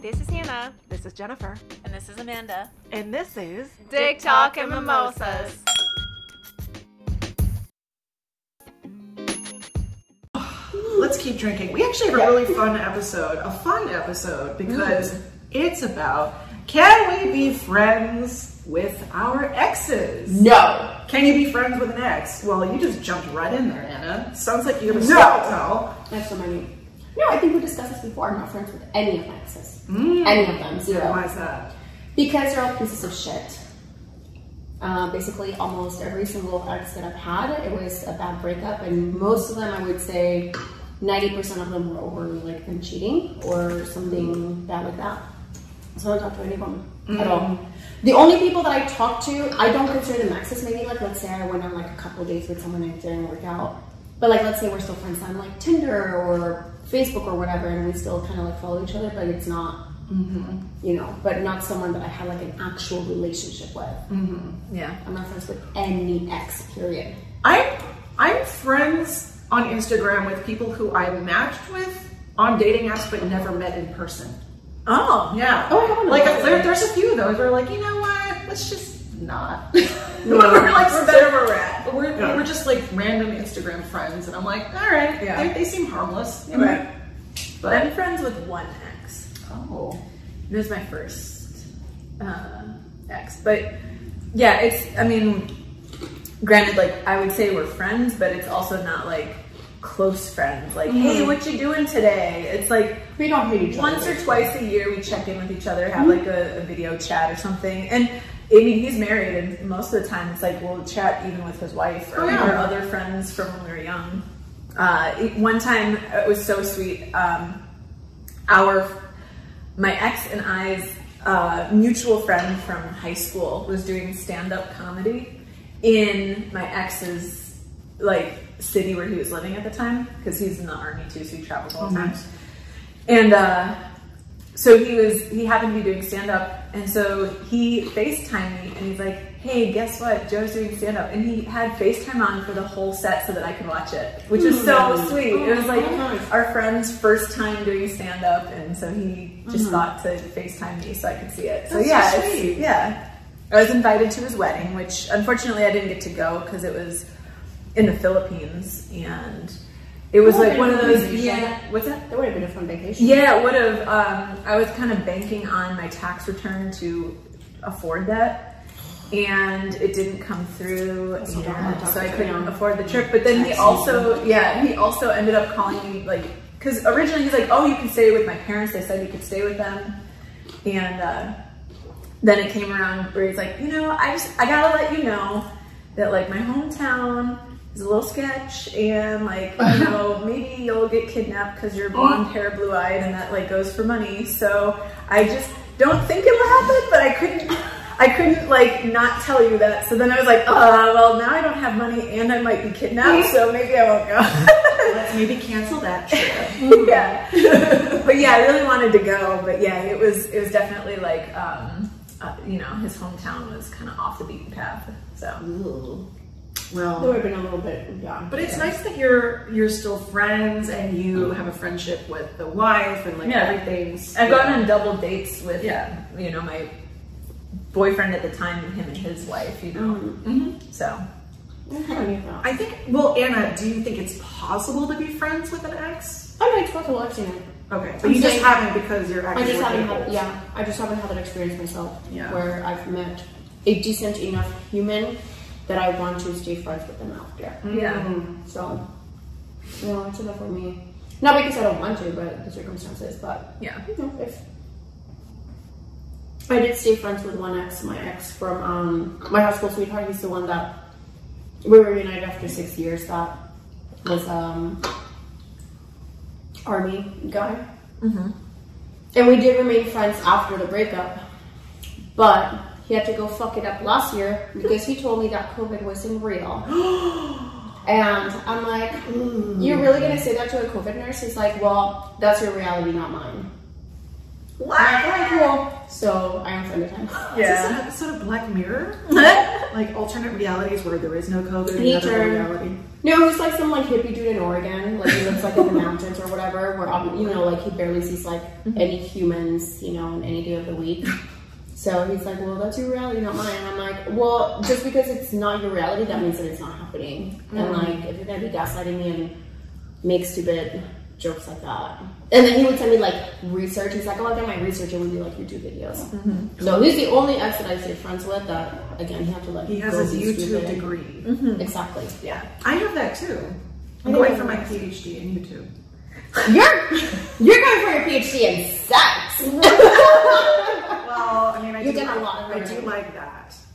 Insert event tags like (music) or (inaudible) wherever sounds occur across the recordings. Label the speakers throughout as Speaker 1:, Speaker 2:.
Speaker 1: This is Hannah,
Speaker 2: This is Jennifer.
Speaker 3: And this is Amanda.
Speaker 2: And this is
Speaker 1: Dick Talk and Mimosas.
Speaker 4: Let's keep drinking. We actually have a really fun episode, a fun episode, because it's about can we be friends with our exes?
Speaker 5: No.
Speaker 4: Can you be friends with an ex? Well, you just jumped right in there, Anna. Sounds like you have a stop tell.
Speaker 5: That's so many. No, I think we discussed this before. I'm not friends with any of my exes. Any of them. Zero.
Speaker 4: Mm. Why is that?
Speaker 5: Because they're all pieces of shit. Uh, basically, almost every single ex that I've had, it was a bad breakup, and most of them, I would say, 90% of them were over like them cheating or something bad like that. So I don't talk to any of them at all. The only people that I talk to, I don't consider them exes. Maybe like let's say I went on like a couple dates with someone and it didn't work out, but like let's say we're still friends on like Tinder or Facebook or whatever, and we still kind of like follow each other, but it's not you know, but not someone that I had like an actual relationship with.
Speaker 3: Yeah.
Speaker 5: I'm not friends with any ex, period.
Speaker 4: I'm I'm friends on Instagram with people who I matched with on dating apps but never met in person.
Speaker 3: Oh.
Speaker 4: Yeah.
Speaker 5: Oh, I haven't
Speaker 4: Like
Speaker 5: noticed.
Speaker 4: there, there's a few of those where like, you know what? Let's just not. (laughs) we're like we're better where we're at. But We're, we're just like random Instagram friends, and I'm like, all right,
Speaker 3: Yeah.
Speaker 4: they, they seem harmless.
Speaker 3: Right.
Speaker 4: But
Speaker 3: I'm friends with one ex.
Speaker 4: oh,
Speaker 3: It was my first uh, ex, but yeah, it's. I mean, granted, like I would say we're friends, but it's also not like close friends. Like, hey, what you doing today? It's like
Speaker 5: We don't hate each
Speaker 3: once or twice a year we check in with each other, have like a, a video chat or something. And I mean, he's married, and most of the time it's like we'll chat even with his wife or
Speaker 4: Oh, yeah.
Speaker 3: our other friends from when we were young. Uh, it- one time it was so sweet. Um, our my ex and I's uh, mutual friend from high school was doing stand up comedy in my ex's like city where he was living at the time because he's in the army too, so he travels all the time. And uh, so he was he happened to be doing stand up, and so he FaceTimed me, and he's like, "Hey, guess what? Joe's doing stand up," and he had FaceTime on for the whole set so that I could watch it, which is
Speaker 4: Mm-hmm.
Speaker 3: so sweet. It
Speaker 4: Oh,
Speaker 3: was like our friend's first time doing stand up, and so he just thought to FaceTime me so I could see it. So
Speaker 4: Mm-hmm. That's so
Speaker 3: yeah, it's-
Speaker 4: sweet.
Speaker 3: yeah. I was invited to his wedding, which unfortunately I didn't get to go because it was in the Philippines, and it was
Speaker 5: Oh,
Speaker 3: like one of
Speaker 5: really?
Speaker 3: those.
Speaker 5: You said
Speaker 3: Yeah,
Speaker 5: that?
Speaker 3: what's that?
Speaker 5: That would have been a fun vacation.
Speaker 3: Yeah, it would have. Um, I was kind of banking on my tax return to afford that, and it didn't come through, and
Speaker 5: not bad.
Speaker 3: so I
Speaker 5: Tax
Speaker 3: couldn't
Speaker 5: return.
Speaker 3: afford the trip. But then he
Speaker 5: Tax
Speaker 3: also, yeah, he also ended up calling me like because originally he's like, "Oh, you can stay with my parents." They said you could stay with them, and uh, then it came around where he's like, "You know, I just I gotta let you know that like my hometown." is a little sketch, and like you know, maybe you'll get kidnapped because you're blonde hair, blue eyed, and that like goes for money. So I just don't think it will happen, but I couldn't, I couldn't like not tell you that. So then I was like, uh, well now I don't have money and I might be kidnapped, so maybe I won't
Speaker 4: (laughs)
Speaker 3: go.
Speaker 4: let's maybe cancel that trip.
Speaker 3: (laughs) yeah, but yeah, I really wanted to go, but yeah, it was it was definitely like um, uh, you know his hometown was kind of off the beaten path, so
Speaker 5: That
Speaker 4: well,
Speaker 5: would have been a little bit, yeah.
Speaker 4: but it's nice that you're you're still friends and you have a friendship with the wife and like
Speaker 3: Yeah.
Speaker 4: everything's.
Speaker 3: I've gone on double dates with
Speaker 4: Yeah.
Speaker 3: you know my boyfriend at the time, him and his wife, you know,
Speaker 4: Mm-hmm.
Speaker 3: so.
Speaker 5: I don't have any of that.
Speaker 4: I think. Well, Anna, do you think it's possible to be friends with an ex?
Speaker 5: I mean, it's possible, I've seen it.
Speaker 4: Okay, but
Speaker 5: I'm
Speaker 4: you just
Speaker 5: saying-
Speaker 4: haven't because you're
Speaker 5: I
Speaker 4: actually.
Speaker 5: just haven't had, yeah, I just haven't had that experience myself
Speaker 4: Yeah.
Speaker 5: where I've met a decent enough human that I want to stay friends with them after.
Speaker 4: mm-hmm.
Speaker 3: Yeah.
Speaker 5: So, no, it's enough for me. Not because I don't want to, but the circumstances, but
Speaker 3: Yeah.
Speaker 5: you know, if. I did stay friends with one ex, my ex from um, my high school sweetheart. He's the one that we were reunited after six years. That was um, army guy, and we did remain friends after the breakup. But he had to go fuck it up last year because he told me that COVID wasn't real. And I'm like, "Hmm, you're really gonna say that to a COVID nurse? He's like, well, that's your reality, not mine. I'm like, "Alright, cool. So I unfriended him.
Speaker 4: Is this an episode of Black Mirror? like alternate realities where there is no COVID,
Speaker 5: He
Speaker 4: another
Speaker 5: turned-
Speaker 4: reality.
Speaker 5: No, he's like some like hippie dude in Oregon. Like he lives like
Speaker 4: (laughs)
Speaker 5: in the mountains or whatever. Where um, you know, like he barely sees like
Speaker 4: Mm-hmm.
Speaker 5: any humans. You know, on any day of the
Speaker 4: (laughs)
Speaker 5: week. So he's like, well, that's your reality, not mine. And I'm like, well, just because it's not your reality, that means that it's not happening.
Speaker 4: Mm-hmm.
Speaker 5: And like, if you're gonna be gaslighting me and make stupid jokes like that, and then he would send me like research. He's like, oh, I've done my research. It would be like YouTube videos.
Speaker 4: Mm-hmm.
Speaker 5: So he's the only ex that I stay friends with. That again, you have to like
Speaker 4: He has
Speaker 5: go
Speaker 4: his
Speaker 5: be
Speaker 4: YouTube
Speaker 5: stupid.
Speaker 4: degree.
Speaker 5: Exactly.
Speaker 4: Yeah, I have that too. I'm
Speaker 5: I
Speaker 4: going
Speaker 5: know.
Speaker 4: for my PhD in YouTube.
Speaker 5: You're you're going for your PhD in sex.
Speaker 4: (laughs)
Speaker 5: (laughs)
Speaker 4: Well, I mean, I
Speaker 5: You've
Speaker 4: do
Speaker 5: done a
Speaker 4: like-
Speaker 5: lot of
Speaker 4: I do
Speaker 5: learning.
Speaker 4: like that.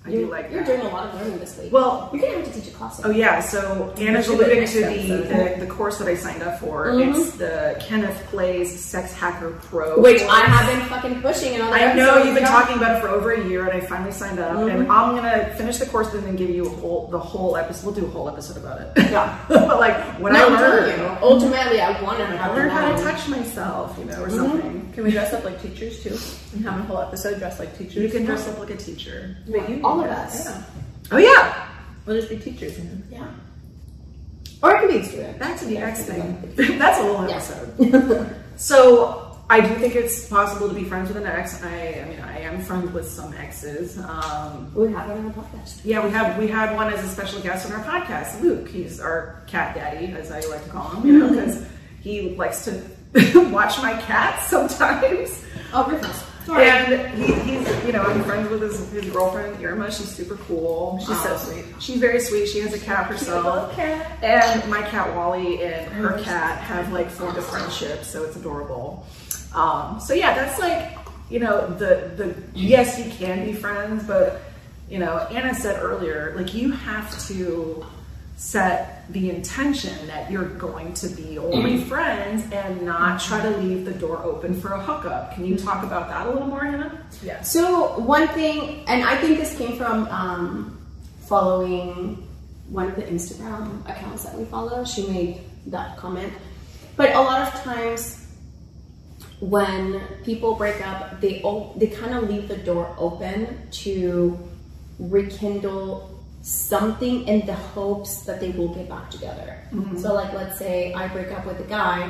Speaker 4: I
Speaker 5: You're,
Speaker 4: do like
Speaker 5: you're
Speaker 4: that.
Speaker 5: doing a lot of learning this week.
Speaker 4: well,
Speaker 5: you're gonna have to teach a class.
Speaker 4: oh yeah. So Anna's
Speaker 5: should do it
Speaker 4: alluding
Speaker 5: next
Speaker 4: to the,
Speaker 5: episode.
Speaker 4: the the course that I signed up for.
Speaker 5: Mhm.
Speaker 4: It's the Kenneth Plays Sex Hacker Pro.
Speaker 5: Which I
Speaker 4: course.
Speaker 5: have been fucking pushing and all that.
Speaker 4: I know you've been talking about it for over a year, and I finally signed up.
Speaker 5: Mm-hmm.
Speaker 4: And I'm gonna finish the course and then give you a whole the whole episode. We'll do a whole episode about it. (laughs)
Speaker 5: Yeah.
Speaker 4: but like what
Speaker 5: No,
Speaker 4: I
Speaker 5: I'm telling
Speaker 4: learned,
Speaker 5: you. Ultimately, I want to Mm-hmm.
Speaker 4: I
Speaker 5: have
Speaker 4: learned how to
Speaker 5: knowledge.
Speaker 4: touch myself, you know, or something.
Speaker 3: Can we dress up like teachers too? And have a whole episode dressed like teachers?
Speaker 4: You can dress up like a teacher.
Speaker 3: But you
Speaker 5: All
Speaker 3: do
Speaker 5: of
Speaker 3: that,
Speaker 5: us.
Speaker 3: Yeah.
Speaker 4: Oh yeah.
Speaker 3: We'll just be teachers. And
Speaker 5: Yeah. Or I can be a student.
Speaker 4: Back to the X thing. (laughs)
Speaker 5: Yeah.
Speaker 4: That's a whole
Speaker 5: Yeah.
Speaker 4: episode. So I do think it's possible to be friends with an ex. I, I mean, I am friends with some exes. Um,
Speaker 5: we have it on the podcast.
Speaker 4: yeah, we have we had one as a special guest on our podcast. Luke, he's our cat daddy, as I like to call him, you know, because he likes to (laughs) watch my cats sometimes.
Speaker 5: Oh, Rufus. Sorry.
Speaker 4: And he, he's, you know, I'm friends with his, his girlfriend Irma. She's super cool. She's
Speaker 3: so sweet.
Speaker 4: She's very sweet. She has a cat herself.
Speaker 3: cat.
Speaker 4: And my cat Wally and her cat have like formed a friendship, so it's adorable. Um, so yeah, that's like you know the the yes you can be friends, but you know Anna said earlier like you have to set the intention that you're going to be only friends and not try to leave the door open for a hookup. Can you talk about that a little more, Anna?
Speaker 3: Yes.
Speaker 5: So one thing, and I think this came from um, following one of the Instagram accounts that we follow. She made that comment, but a lot of times when people break up, they o- they kind of leave the door open to rekindle something in the hopes that they will get back together. So like let's say I break up with a guy,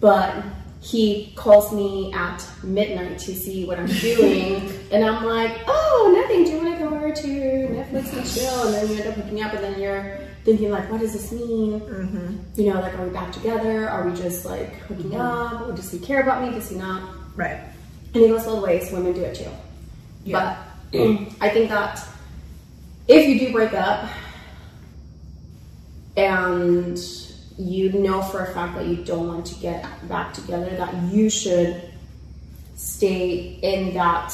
Speaker 5: but he calls me at midnight to see what I'm doing and I'm like, oh nothing, do you wanna come over to Netflix and chill? And then you end up hooking up and then you're thinking like what does this mean? You know, like are we back together? Are we just like hooking up? Or does he care about me? Does he not?
Speaker 3: Right.
Speaker 5: And it goes both ways. Women do it too.
Speaker 3: Yeah.
Speaker 5: But mm, I think that if you do break up and you know for a fact that you don't want to get back together, that you should stay in that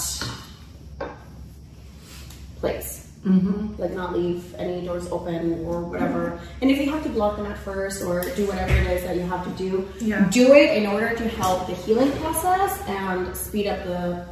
Speaker 5: place. Mm-hmm. Like, not leave any doors open or whatever.
Speaker 4: Mm-hmm.
Speaker 5: And if you have to block them at first or do whatever it is that you have to do,
Speaker 4: Yeah.
Speaker 5: do it in order to help the healing process and speed up the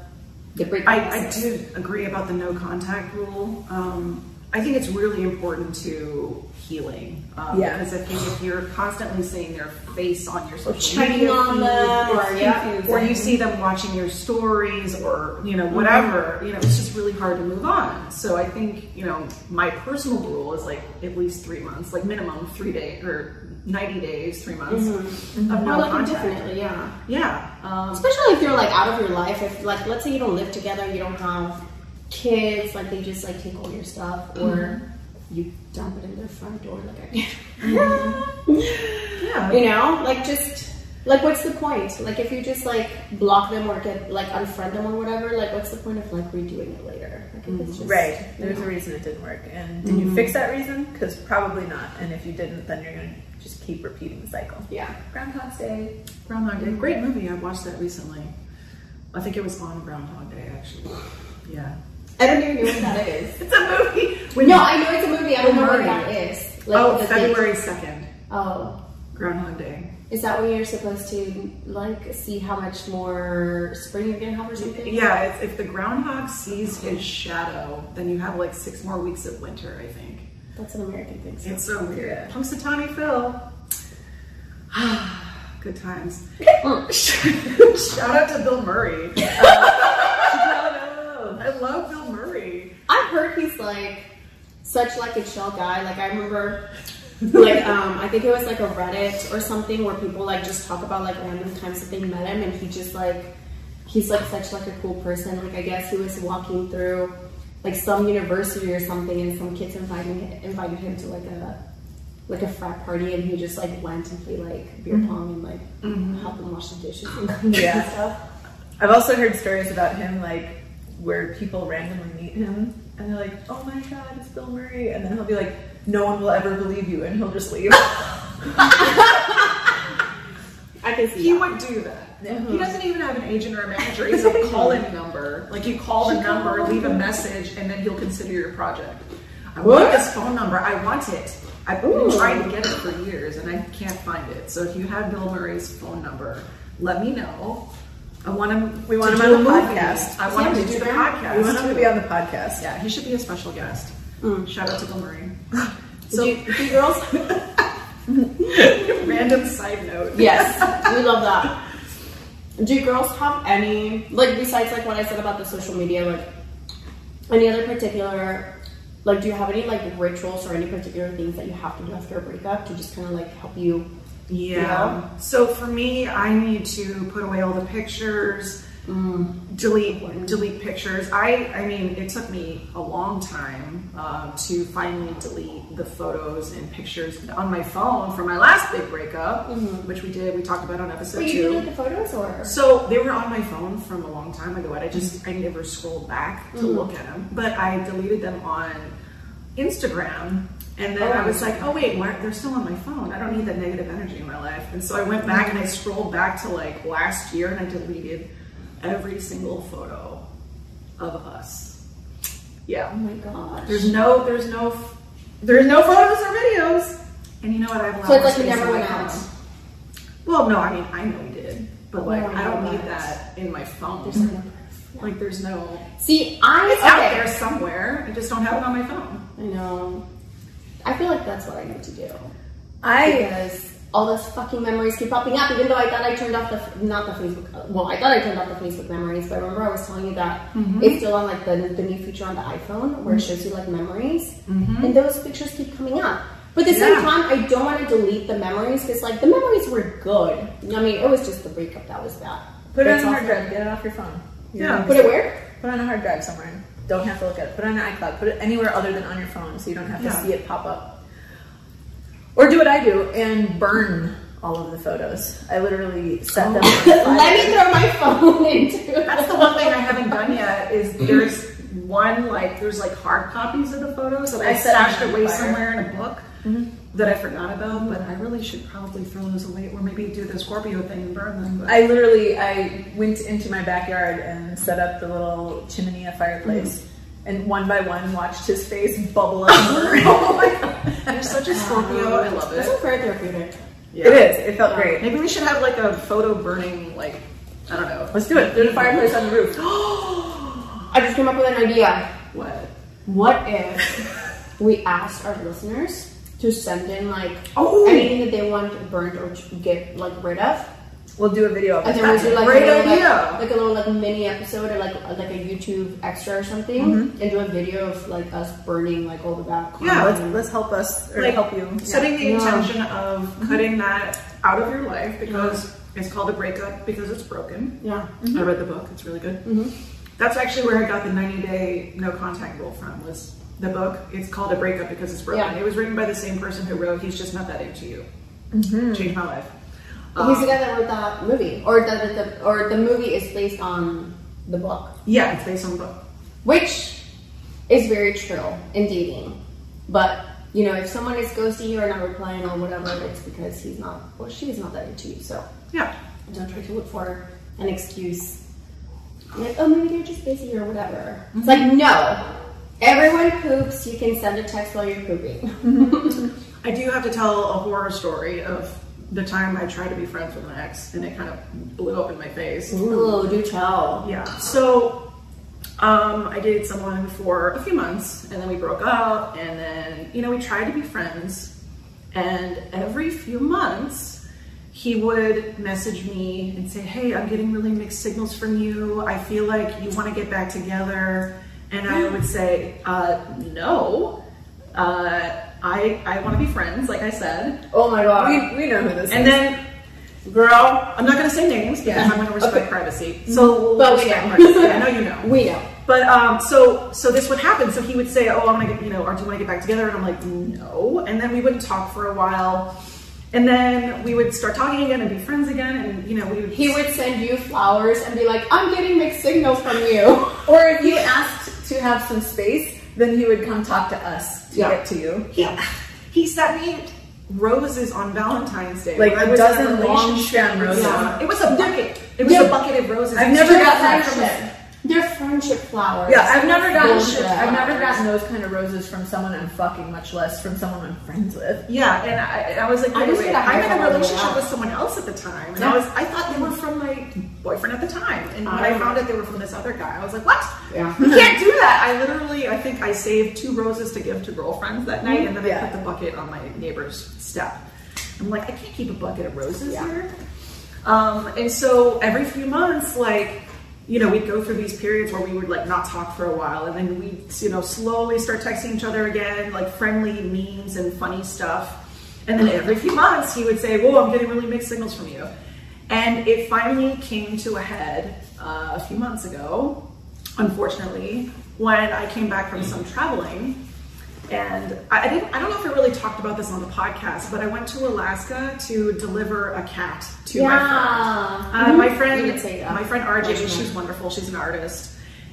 Speaker 5: the break.
Speaker 4: I, I
Speaker 5: process.
Speaker 4: do agree about the no contact rule. Um, I think it's really important to healing. Um,
Speaker 3: Yeah.
Speaker 4: Because I think if you're constantly seeing their face on your social
Speaker 5: checking
Speaker 4: media
Speaker 5: on
Speaker 4: feed,
Speaker 5: them,
Speaker 4: it's
Speaker 5: or- yeah. Mm-hmm.
Speaker 4: confusing. or you see them watching your stories or, you know, whatever, you know, it's just really hard to move on. So I think, you know, my personal rule is like at least three months, like minimum three days or 90 days, three months
Speaker 5: Mm-hmm.
Speaker 4: of
Speaker 5: Or,
Speaker 4: no
Speaker 5: like
Speaker 4: contact.
Speaker 5: indefinitely, yeah.
Speaker 4: Yeah. Um,
Speaker 5: Especially if you're like out of your life. If like let's say you don't live together, you don't have kids, like they just like take all your stuff or you dump it in their front door, like I did. Mm-hmm.
Speaker 4: yeah.
Speaker 5: (laughs) You know, like just like what's the point? Like if you just like block them or get like unfriend them or whatever, like what's the point of like redoing it later? Like if it's just
Speaker 3: Right.
Speaker 5: Mm-hmm.
Speaker 3: Mm-hmm. There's a reason it didn't work. And did you fix that reason? Because probably not. And if you didn't, then you're going to just keep repeating the cycle.
Speaker 5: Yeah.
Speaker 3: Groundhog Day.
Speaker 4: Groundhog Day. Great movie. I watched that recently. I think it was on Groundhog Day, actually. Yeah.
Speaker 5: I don't even know what that is.
Speaker 4: It's a movie.
Speaker 5: (laughs)
Speaker 4: With
Speaker 5: No, I know it's a movie. I don't know what
Speaker 4: Murray.
Speaker 5: that is. Like,
Speaker 4: oh,
Speaker 5: the thing-
Speaker 4: February 2nd,
Speaker 5: Oh,
Speaker 4: Groundhog Day.
Speaker 5: is that when you're supposed to like see how much more spring you're gonna have or something?
Speaker 4: Yeah, it's, if the groundhog sees his shadow, then you have like six more weeks of winter, I think.
Speaker 5: that's an American thing. So.
Speaker 4: It's so weird.
Speaker 3: Yeah.
Speaker 4: Punxsutawney Phil. (sighs)
Speaker 5: (laughs)
Speaker 4: Good times.
Speaker 5: Mm.
Speaker 4: Shout out to Bill Murray. I love Bill Murray.
Speaker 5: I've heard he's like such like a chill guy. Like I remember like um, I think it was like a Reddit or something where people like just talk about like random times that they met him, and he just like he's like such like a cool person. Like I guess he was walking through like some university or something, and some kids invited invited him to like a like a frat party, and he just like went and played like beer pong and like helped them wash the dishes and clean
Speaker 3: Yeah.
Speaker 5: (laughs) and stuff.
Speaker 3: I've also heard stories about him, like where people randomly meet him and they're like, "Oh my God, it's Bill Murray," and then he'll be like, "No one will ever believe you," and he'll just leave.
Speaker 5: I can see.
Speaker 4: He
Speaker 5: that.
Speaker 4: would do that.
Speaker 3: Uh-huh.
Speaker 4: He doesn't even have an agent or a manager. He's
Speaker 3: (laughs)
Speaker 4: a call-in number. Like you call the number, leave a message, and then he'll consider your project. I
Speaker 3: What?
Speaker 4: want this phone number. I want it. I've been trying to get it for years, and I can't find it. So if you have Bill Murray's phone number, let me know. I want him.
Speaker 3: We want
Speaker 4: to
Speaker 3: him
Speaker 4: do
Speaker 3: on
Speaker 4: a
Speaker 3: the
Speaker 4: movie.
Speaker 3: podcast.
Speaker 4: I want
Speaker 5: Yeah,
Speaker 4: him to
Speaker 5: we
Speaker 4: do the
Speaker 5: do.
Speaker 4: podcast.
Speaker 3: We want him to be on the podcast.
Speaker 4: Yeah, he should be a special guest. Shout out to Bill Murray.
Speaker 5: do,
Speaker 4: So
Speaker 5: you, do you Um, girls?
Speaker 4: random side
Speaker 5: (laughs)
Speaker 4: note.
Speaker 5: Yes, we love that. Do girls have any like besides like what I said about the social media, like any other particular like do you have any like rituals or any particular things that you have to do after a breakup to just kind of like help you?
Speaker 4: Yeah. So for me, I need to put away all the pictures,
Speaker 5: Mm.
Speaker 4: delete delete pictures. I I mean, it took me a long time um, to finally delete the photos and pictures on my phone from my last big breakup, which we did. We talked about on episode
Speaker 5: Wait,
Speaker 4: two.
Speaker 5: Mm-hmm. you didn't look at the photos or?
Speaker 4: So they were on my phone from a long time ago, and I just I never scrolled back to look at them. But I deleted them on Instagram, and then
Speaker 5: Oh.
Speaker 4: I was like, oh wait, why, they're still on my phone. I don't need that negative energy in my life. And so I went back and I scrolled back to like last year, and I deleted every single photo of us.
Speaker 5: Oh
Speaker 4: Yeah,
Speaker 5: my gosh.
Speaker 4: there's no, there's no, there's no photos or videos. And you know what? I've
Speaker 5: so it's like
Speaker 4: lost
Speaker 5: you never
Speaker 4: basically
Speaker 5: went out.
Speaker 4: now. Well, no, I mean I know we did, but like
Speaker 5: Oh,
Speaker 4: I don't
Speaker 5: my
Speaker 4: need
Speaker 5: God.
Speaker 4: that in my phone.
Speaker 5: There's no-
Speaker 4: (laughs) Like there's no.
Speaker 5: See, I
Speaker 4: It's out
Speaker 5: okay.
Speaker 4: there somewhere. I just don't have it on my phone.
Speaker 5: I know. I feel like that's what I need to do
Speaker 3: I
Speaker 5: because all those fucking memories keep popping up. Even though I thought I turned off the not the Facebook. Well, I thought I turned off the Facebook memories, but I remember I was telling you that it's still on like the, the new feature on the iPhone where it shows you like memories, and those pictures keep coming up. But at the same
Speaker 4: Yeah.
Speaker 5: time, I don't want to delete the memories because like the memories were good. I mean, it was just the breakup that was bad.
Speaker 3: put it on
Speaker 5: It's
Speaker 3: a hard
Speaker 5: awful.
Speaker 3: drive. Get it off your phone.
Speaker 4: Yeah.
Speaker 5: Put it where?
Speaker 3: Put it on a hard drive somewhere. Don't have to look at it. Put it on an iCloud. Put it anywhere other than on your phone, so you don't have to
Speaker 4: Yeah.
Speaker 3: see it pop up. Or do what I do and burn all of the photos. I literally set them. (laughs) on
Speaker 5: Let
Speaker 3: fire.
Speaker 5: me throw my (laughs) phone into.
Speaker 4: That's the one thing I haven't done yet. Is there's one like there's like hard copies of the photos that I,
Speaker 3: I set
Speaker 4: stashed
Speaker 3: them on
Speaker 4: away
Speaker 3: fire.
Speaker 4: somewhere in a book
Speaker 5: Mm-hmm.
Speaker 4: that I forgot about. But I really should probably throw those away, or maybe do the Scorpio thing and burn them. But
Speaker 3: I literally I went into my backyard and set up the little chimney, a fireplace, and one by one watched his face (laughs) bubble up. Oh
Speaker 4: you're such a Scorpio. Oh, I love
Speaker 5: That's
Speaker 4: it.
Speaker 5: a very therapeutic.
Speaker 4: Yeah.
Speaker 3: (laughs) It is. It felt great.
Speaker 4: Maybe we should have like a photo burning like I don't know.
Speaker 3: Let's do it. There's a fireplace on the roof.
Speaker 5: I just came up with an idea.
Speaker 4: What?
Speaker 5: What if we asked our listeners to send in like
Speaker 4: Oh.
Speaker 5: anything that they want burned or to get like rid of,
Speaker 3: We'll do a video of
Speaker 5: and
Speaker 3: it.
Speaker 5: then we do like
Speaker 4: Great
Speaker 5: a little,
Speaker 4: idea.
Speaker 5: Like, like a little like mini episode or like like a YouTube extra or something, and do a video of like us burning like all the bad.
Speaker 4: Mm-hmm. Yeah,
Speaker 3: Let's,
Speaker 5: content.
Speaker 3: let's help us or
Speaker 4: Like,
Speaker 3: help you.
Speaker 4: setting the
Speaker 5: Yeah. Mm-hmm.
Speaker 4: intention of cutting that out of your life because it's called a breakup because it's broken.
Speaker 5: yeah.
Speaker 4: I read the book; it's really good. That's actually where I got the 90-day no contact rule from. Was the book? It's called a breakup because it's broken.
Speaker 5: Yeah.
Speaker 4: It was written by the same person who wrote "He's Just Not That Into You." Changed my life.
Speaker 5: Mm-hmm. He's the
Speaker 4: Um,
Speaker 5: guy that wrote that movie, or the, the, the or the movie is based on the book,
Speaker 4: yeah, it's based on the book.
Speaker 5: which is very true in dating, but. You know, if someone is ghosting you or not replying or whatever, it's because he's not or she's not that into you. So
Speaker 4: Yeah,
Speaker 5: don't try to look for an excuse. Like, oh, maybe they're just busy or whatever. It's like, no. Everyone poops. You can send a text while you're pooping.
Speaker 4: I do have to tell a horror story of the time I tried to be friends with an ex and it kind of blew up in my face.
Speaker 5: Ooh, Oh, do tell.
Speaker 4: Yeah. So um, I dated someone for a few months and then we broke up and then, you know, we tried to be friends. And every few months, he would message me and say, Hey, I'm getting really mixed signals from you. I feel like you want to get back together. And I would say, uh, No. Uh, I I want to be friends, like I said.
Speaker 5: Oh my god.
Speaker 3: We, we know who this
Speaker 4: And
Speaker 3: is.
Speaker 4: then, girl, I'm not gonna say names because
Speaker 5: Yeah.
Speaker 4: I'm gonna respect privacy. So,
Speaker 5: But we
Speaker 4: respect
Speaker 5: know.
Speaker 4: privacy. I know you know.
Speaker 5: we know.
Speaker 4: But um, so so this would happen. So he would say, "Oh, I'm gonna get you know, or do you want to get back together?" And I'm like, "No." And then we wouldn't talk for a while, and then we would start talking again and be friends again, and you know, we would.
Speaker 5: He would send you flowers and be like, I'm getting mixed signals from you. (laughs)
Speaker 3: or if you asked to have some space, then he would come talk to us to
Speaker 5: Yeah.
Speaker 3: get to you.
Speaker 4: He, he sent me roses on Valentine's Day.
Speaker 3: Like
Speaker 4: when I
Speaker 3: a
Speaker 4: was in
Speaker 3: dozen long stem
Speaker 4: with
Speaker 3: roses.
Speaker 4: someone. It was a bucket. It was
Speaker 5: Yeah.
Speaker 4: a bucket of roses.
Speaker 3: I've
Speaker 4: It was
Speaker 3: never
Speaker 4: just
Speaker 3: got
Speaker 4: like-
Speaker 3: that from
Speaker 5: friendship. They're friendship flowers.
Speaker 3: Yeah, I've never gotten
Speaker 5: Bullshit.
Speaker 3: shit. I've never gotten those kind of roses from someone I'm fucking, much less from someone I'm friends with.
Speaker 4: Yeah, and I, and I was like,
Speaker 5: I
Speaker 4: wait,
Speaker 5: just
Speaker 4: wait,
Speaker 5: got high
Speaker 4: I'm in a
Speaker 5: five
Speaker 4: relationship
Speaker 5: out.
Speaker 4: with someone else at the time, and
Speaker 5: Yeah.
Speaker 4: I was, I thought they were from my boyfriend at the time, and when I
Speaker 5: Ah.
Speaker 4: found out they were from this other guy, I was like, what?
Speaker 5: Yeah.
Speaker 4: You can't do that. I literally, I think I saved two roses to give to girlfriends that night, and then
Speaker 3: Yeah.
Speaker 4: I put the bucket on my neighbor's step. I'm like, I can't keep a bucket of roses
Speaker 5: Yeah.
Speaker 4: here. Um, and so every few months, like, you know, we'd go through these periods where we would like not talk for a while, and then we'd, you know, slowly start texting each other again, like friendly memes and funny stuff. And then every few months, he would say, Whoa, I'm getting really mixed signals from you. And it finally came to a head uh, a few months ago, unfortunately, when I came back from some traveling. And I, I didn't, I don't know if I really talked about this on the podcast, but I went to Alaska to deliver a cat to my friend. Uh,
Speaker 5: Mhm.
Speaker 4: my
Speaker 5: You would say
Speaker 4: friend,
Speaker 5: that.
Speaker 4: my friend RJ,
Speaker 5: Personally.
Speaker 4: she's wonderful. She's an artist,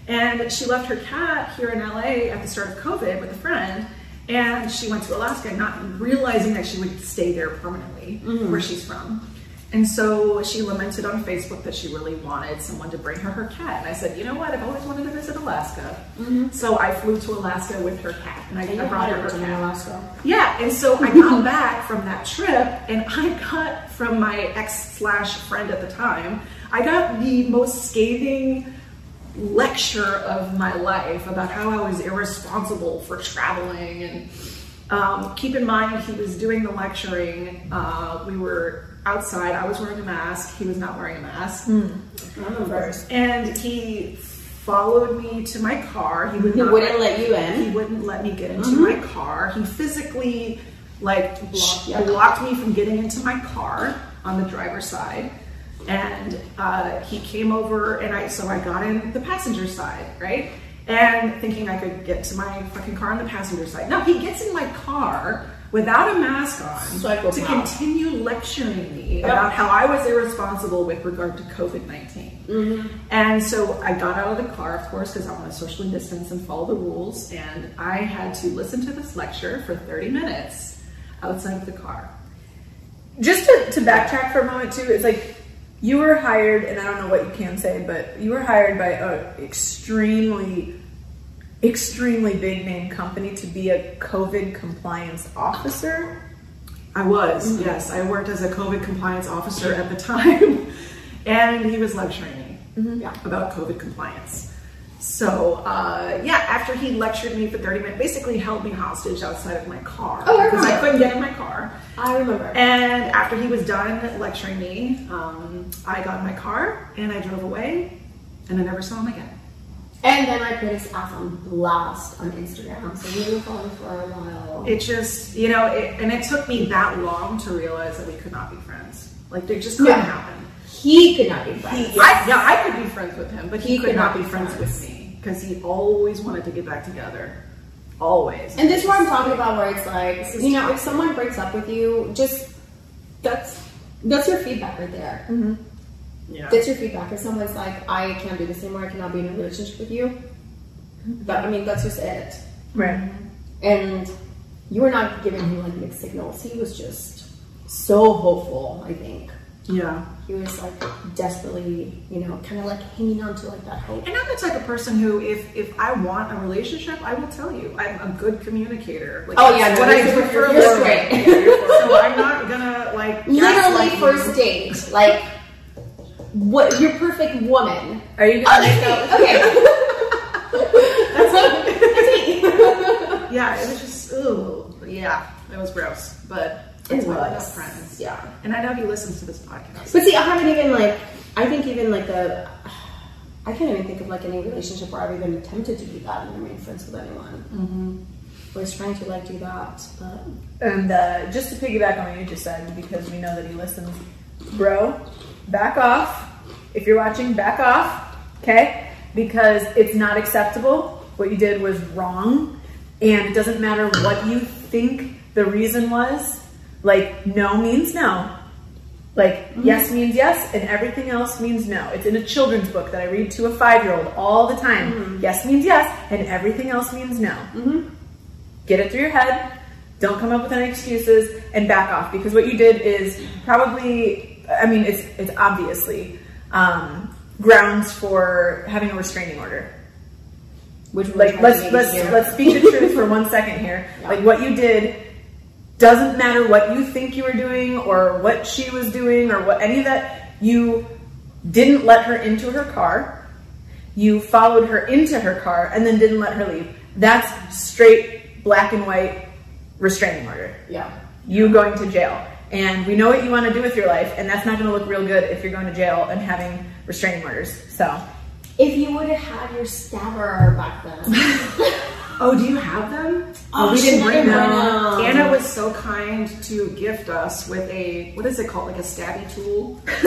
Speaker 4: and she left her cat here in LA at the start of COVID with a friend, and she went to Alaska, not realizing that she would stay there permanently,
Speaker 5: Mm-hmm.
Speaker 4: where she's from. And so she lamented on Facebook that she really wanted someone to bring her her cat. And I said, you know what? I've always wanted to visit Alaska.
Speaker 5: Mm-hmm.
Speaker 4: So I flew to Alaska with her cat, and I,
Speaker 5: And
Speaker 4: I
Speaker 5: you
Speaker 4: brought
Speaker 5: had
Speaker 4: her
Speaker 5: it
Speaker 4: her
Speaker 5: with
Speaker 4: cat.
Speaker 5: in Alaska.
Speaker 4: Yeah, and so I got back from that trip, and I got from my ex slash friend at the time, I got the most scathing lecture of my life about how I was irresponsible for traveling. And um, keep in mind, he was doing the lecturing. Uh, we were outside. I was wearing a mask. He was not wearing a mask
Speaker 5: I'm embarrassed.
Speaker 4: and he followed me to my car. He, would
Speaker 5: He
Speaker 4: not
Speaker 5: wouldn't let you in?
Speaker 4: He wouldn't Mm-hmm. let me get into my car. He physically, like,
Speaker 5: Blocked
Speaker 4: blocked,
Speaker 5: you.
Speaker 4: blocked me from getting into my car on the driver's side. And uh, he came over, and I so I got in the passenger side, right? And thinking I could get to my fucking car on the passenger side. No, he gets in my car without a mask on to
Speaker 5: Psychopath.
Speaker 4: continue lecturing me about how I was irresponsible with regard to COVID 19. And so I got out of the car, of course, because I want to socially distance and follow the rules. And I had to listen to this lecture for 30 minutes outside of the car.
Speaker 3: Just to, to backtrack for a moment too, it's like you were hired, and I don't know what you can say, but you were hired by a extremely, extremely big name company to be a COVID compliance officer.
Speaker 4: I was,
Speaker 5: Mm-hmm.
Speaker 4: yes. I worked as a COVID compliance officer at the time, (laughs) and he was lecturing me
Speaker 5: Yeah.
Speaker 4: about COVID compliance. So, uh, yeah, after he lectured me for 30 minutes, basically held me hostage outside of my car
Speaker 5: Oh, I
Speaker 4: because I
Speaker 5: remember.
Speaker 4: couldn't get in my car.
Speaker 5: I remember.
Speaker 4: And after he was done lecturing me, um, I got in my car and I drove away, and I never saw him again.
Speaker 5: And then I put his ass on blast on Instagram, so we were following for a while.
Speaker 4: It just, you know, it, and it took me that long to realize that we could not be friends. Like, it just couldn't
Speaker 5: Yeah.
Speaker 4: happen.
Speaker 5: he could not be friends.
Speaker 4: I, yeah, I could be friends with him, but he,
Speaker 5: He
Speaker 4: could, not be friends, with me because he always wanted to get back together. Always.
Speaker 5: And this is what I'm talking about, where it's like, you know, if someone breaks up with you, just that's that's your feedback right there.
Speaker 4: yeah.
Speaker 5: That's your feedback. If someone's like, I can't do this anymore, I cannot be in a relationship with you. But I mean, that's just it.
Speaker 3: Right.
Speaker 5: And you were not giving him like mixed signals. He was just so hopeful. I think
Speaker 4: yeah.
Speaker 5: he was like desperately, you know, kind of like hanging on to like that hope.
Speaker 4: And I'm the type of person who, if if I want a relationship, I will tell you. I'm a good communicator. Like,
Speaker 5: Oh, yeah,
Speaker 4: that's
Speaker 5: no,
Speaker 4: what I
Speaker 5: you're-
Speaker 4: do for a
Speaker 5: you're
Speaker 4: living.
Speaker 5: straight.
Speaker 4: Yeah, you're straight. (laughs) so I'm not gonna like
Speaker 5: Literally
Speaker 4: gaslight you.
Speaker 5: first date, like what? You're perfect woman.
Speaker 3: Are you gonna make out?
Speaker 5: Okay. (laughs) okay. That's like-
Speaker 4: Yeah, it was just ooh, yeah, it was gross, but it's why we're not friends.
Speaker 5: Yeah.
Speaker 4: And I know he listens to this podcast.
Speaker 5: But see, I haven't even like. I think even like a. I can't even think of like any relationship where I've even attempted to do that and remain friends with anyone. was trying to like do that, but
Speaker 3: And uh, just to piggyback on what you just said, because we know that he listens, bro, back off. If you're watching, back off, okay? Because it's not acceptable. What you did was wrong, and it doesn't matter what you think the reason was. Like, no means no. Like,
Speaker 5: Mm-hmm.
Speaker 3: yes means yes, and everything else means no. It's in a children's book that I read to a five year old all the time.
Speaker 5: Mm-hmm.
Speaker 3: Yes means yes, and everything else means no get it through your head don't come up with any excuses and back off because what you did is probably i mean it's it's obviously um, grounds for having a restraining order
Speaker 5: which we were
Speaker 3: like
Speaker 5: trying
Speaker 3: let's
Speaker 5: to make
Speaker 3: let's
Speaker 5: here.
Speaker 3: let's speak the
Speaker 5: (laughs)
Speaker 3: truth for one second here like what you did doesn't matter what you think you were doing or what she was doing or what any of that you didn't let her into her car you followed her into her car and then didn't let her leave that's straight black and white restraining order
Speaker 5: yeah.
Speaker 3: you going to jail. And we know what you want to do with your life, and that's not going to look real good if you're going to jail and having restraining orders. So,
Speaker 5: If you would have had your stabber back then, (laughs)
Speaker 4: Oh, do you have them?
Speaker 5: oh,
Speaker 3: we
Speaker 5: she
Speaker 3: didn't
Speaker 5: would've
Speaker 3: bring
Speaker 5: been,
Speaker 3: them.
Speaker 5: um,
Speaker 4: Anna was so kind to gift us with a what is it called? Like a
Speaker 5: (laughs)
Speaker 4: stabby tool.
Speaker 5: It's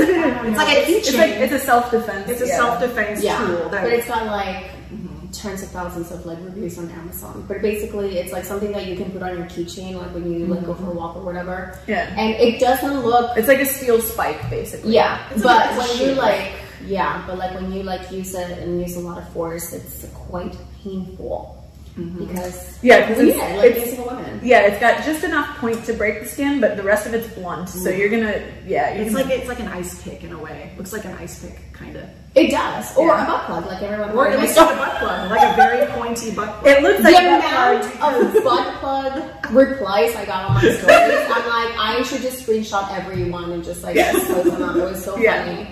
Speaker 5: like a
Speaker 3: it's like it's a self defense.
Speaker 4: It's a self-defense
Speaker 5: yeah,
Speaker 4: tool. That
Speaker 5: but it's got like
Speaker 3: Mm-hmm.
Speaker 5: tens of thousands of like reviews on Amazon. But basically, it's like something that you can put on your keychain, like when you like go for a
Speaker 3: Mm-hmm.
Speaker 5: walk or whatever.
Speaker 3: Yeah.
Speaker 5: and it doesn't look.
Speaker 3: It's like a steel spike, basically.
Speaker 5: Yeah,
Speaker 3: It's
Speaker 5: but
Speaker 3: like a
Speaker 5: when you
Speaker 3: shield.
Speaker 5: like, yeah, but like when you like use it and use a lot of force, it's quite painful because
Speaker 3: Yeah, 'cause Mm-hmm. it's-
Speaker 5: yeah, like
Speaker 3: it's-
Speaker 5: using a woman.
Speaker 3: yeah, it's got just enough point to break the skin, but the rest of it's blunt. So you're gonna, yeah, you're
Speaker 4: It's
Speaker 3: gonna,
Speaker 4: like it's like an ice pick in a way. Looks like an ice pick, kind of.
Speaker 5: It does, or
Speaker 3: Yeah.
Speaker 5: a butt plug, like everyone.
Speaker 4: Or it
Speaker 5: wearing
Speaker 4: looks
Speaker 5: a-
Speaker 4: like a butt plug, like a very pointy butt plug.
Speaker 3: it looks
Speaker 5: the
Speaker 3: like
Speaker 5: amount of butt plug replies I got on my stories,
Speaker 4: (laughs)
Speaker 5: I'm like, I should just screenshot everyone and just like post them up. It was so
Speaker 3: Yeah.
Speaker 5: funny.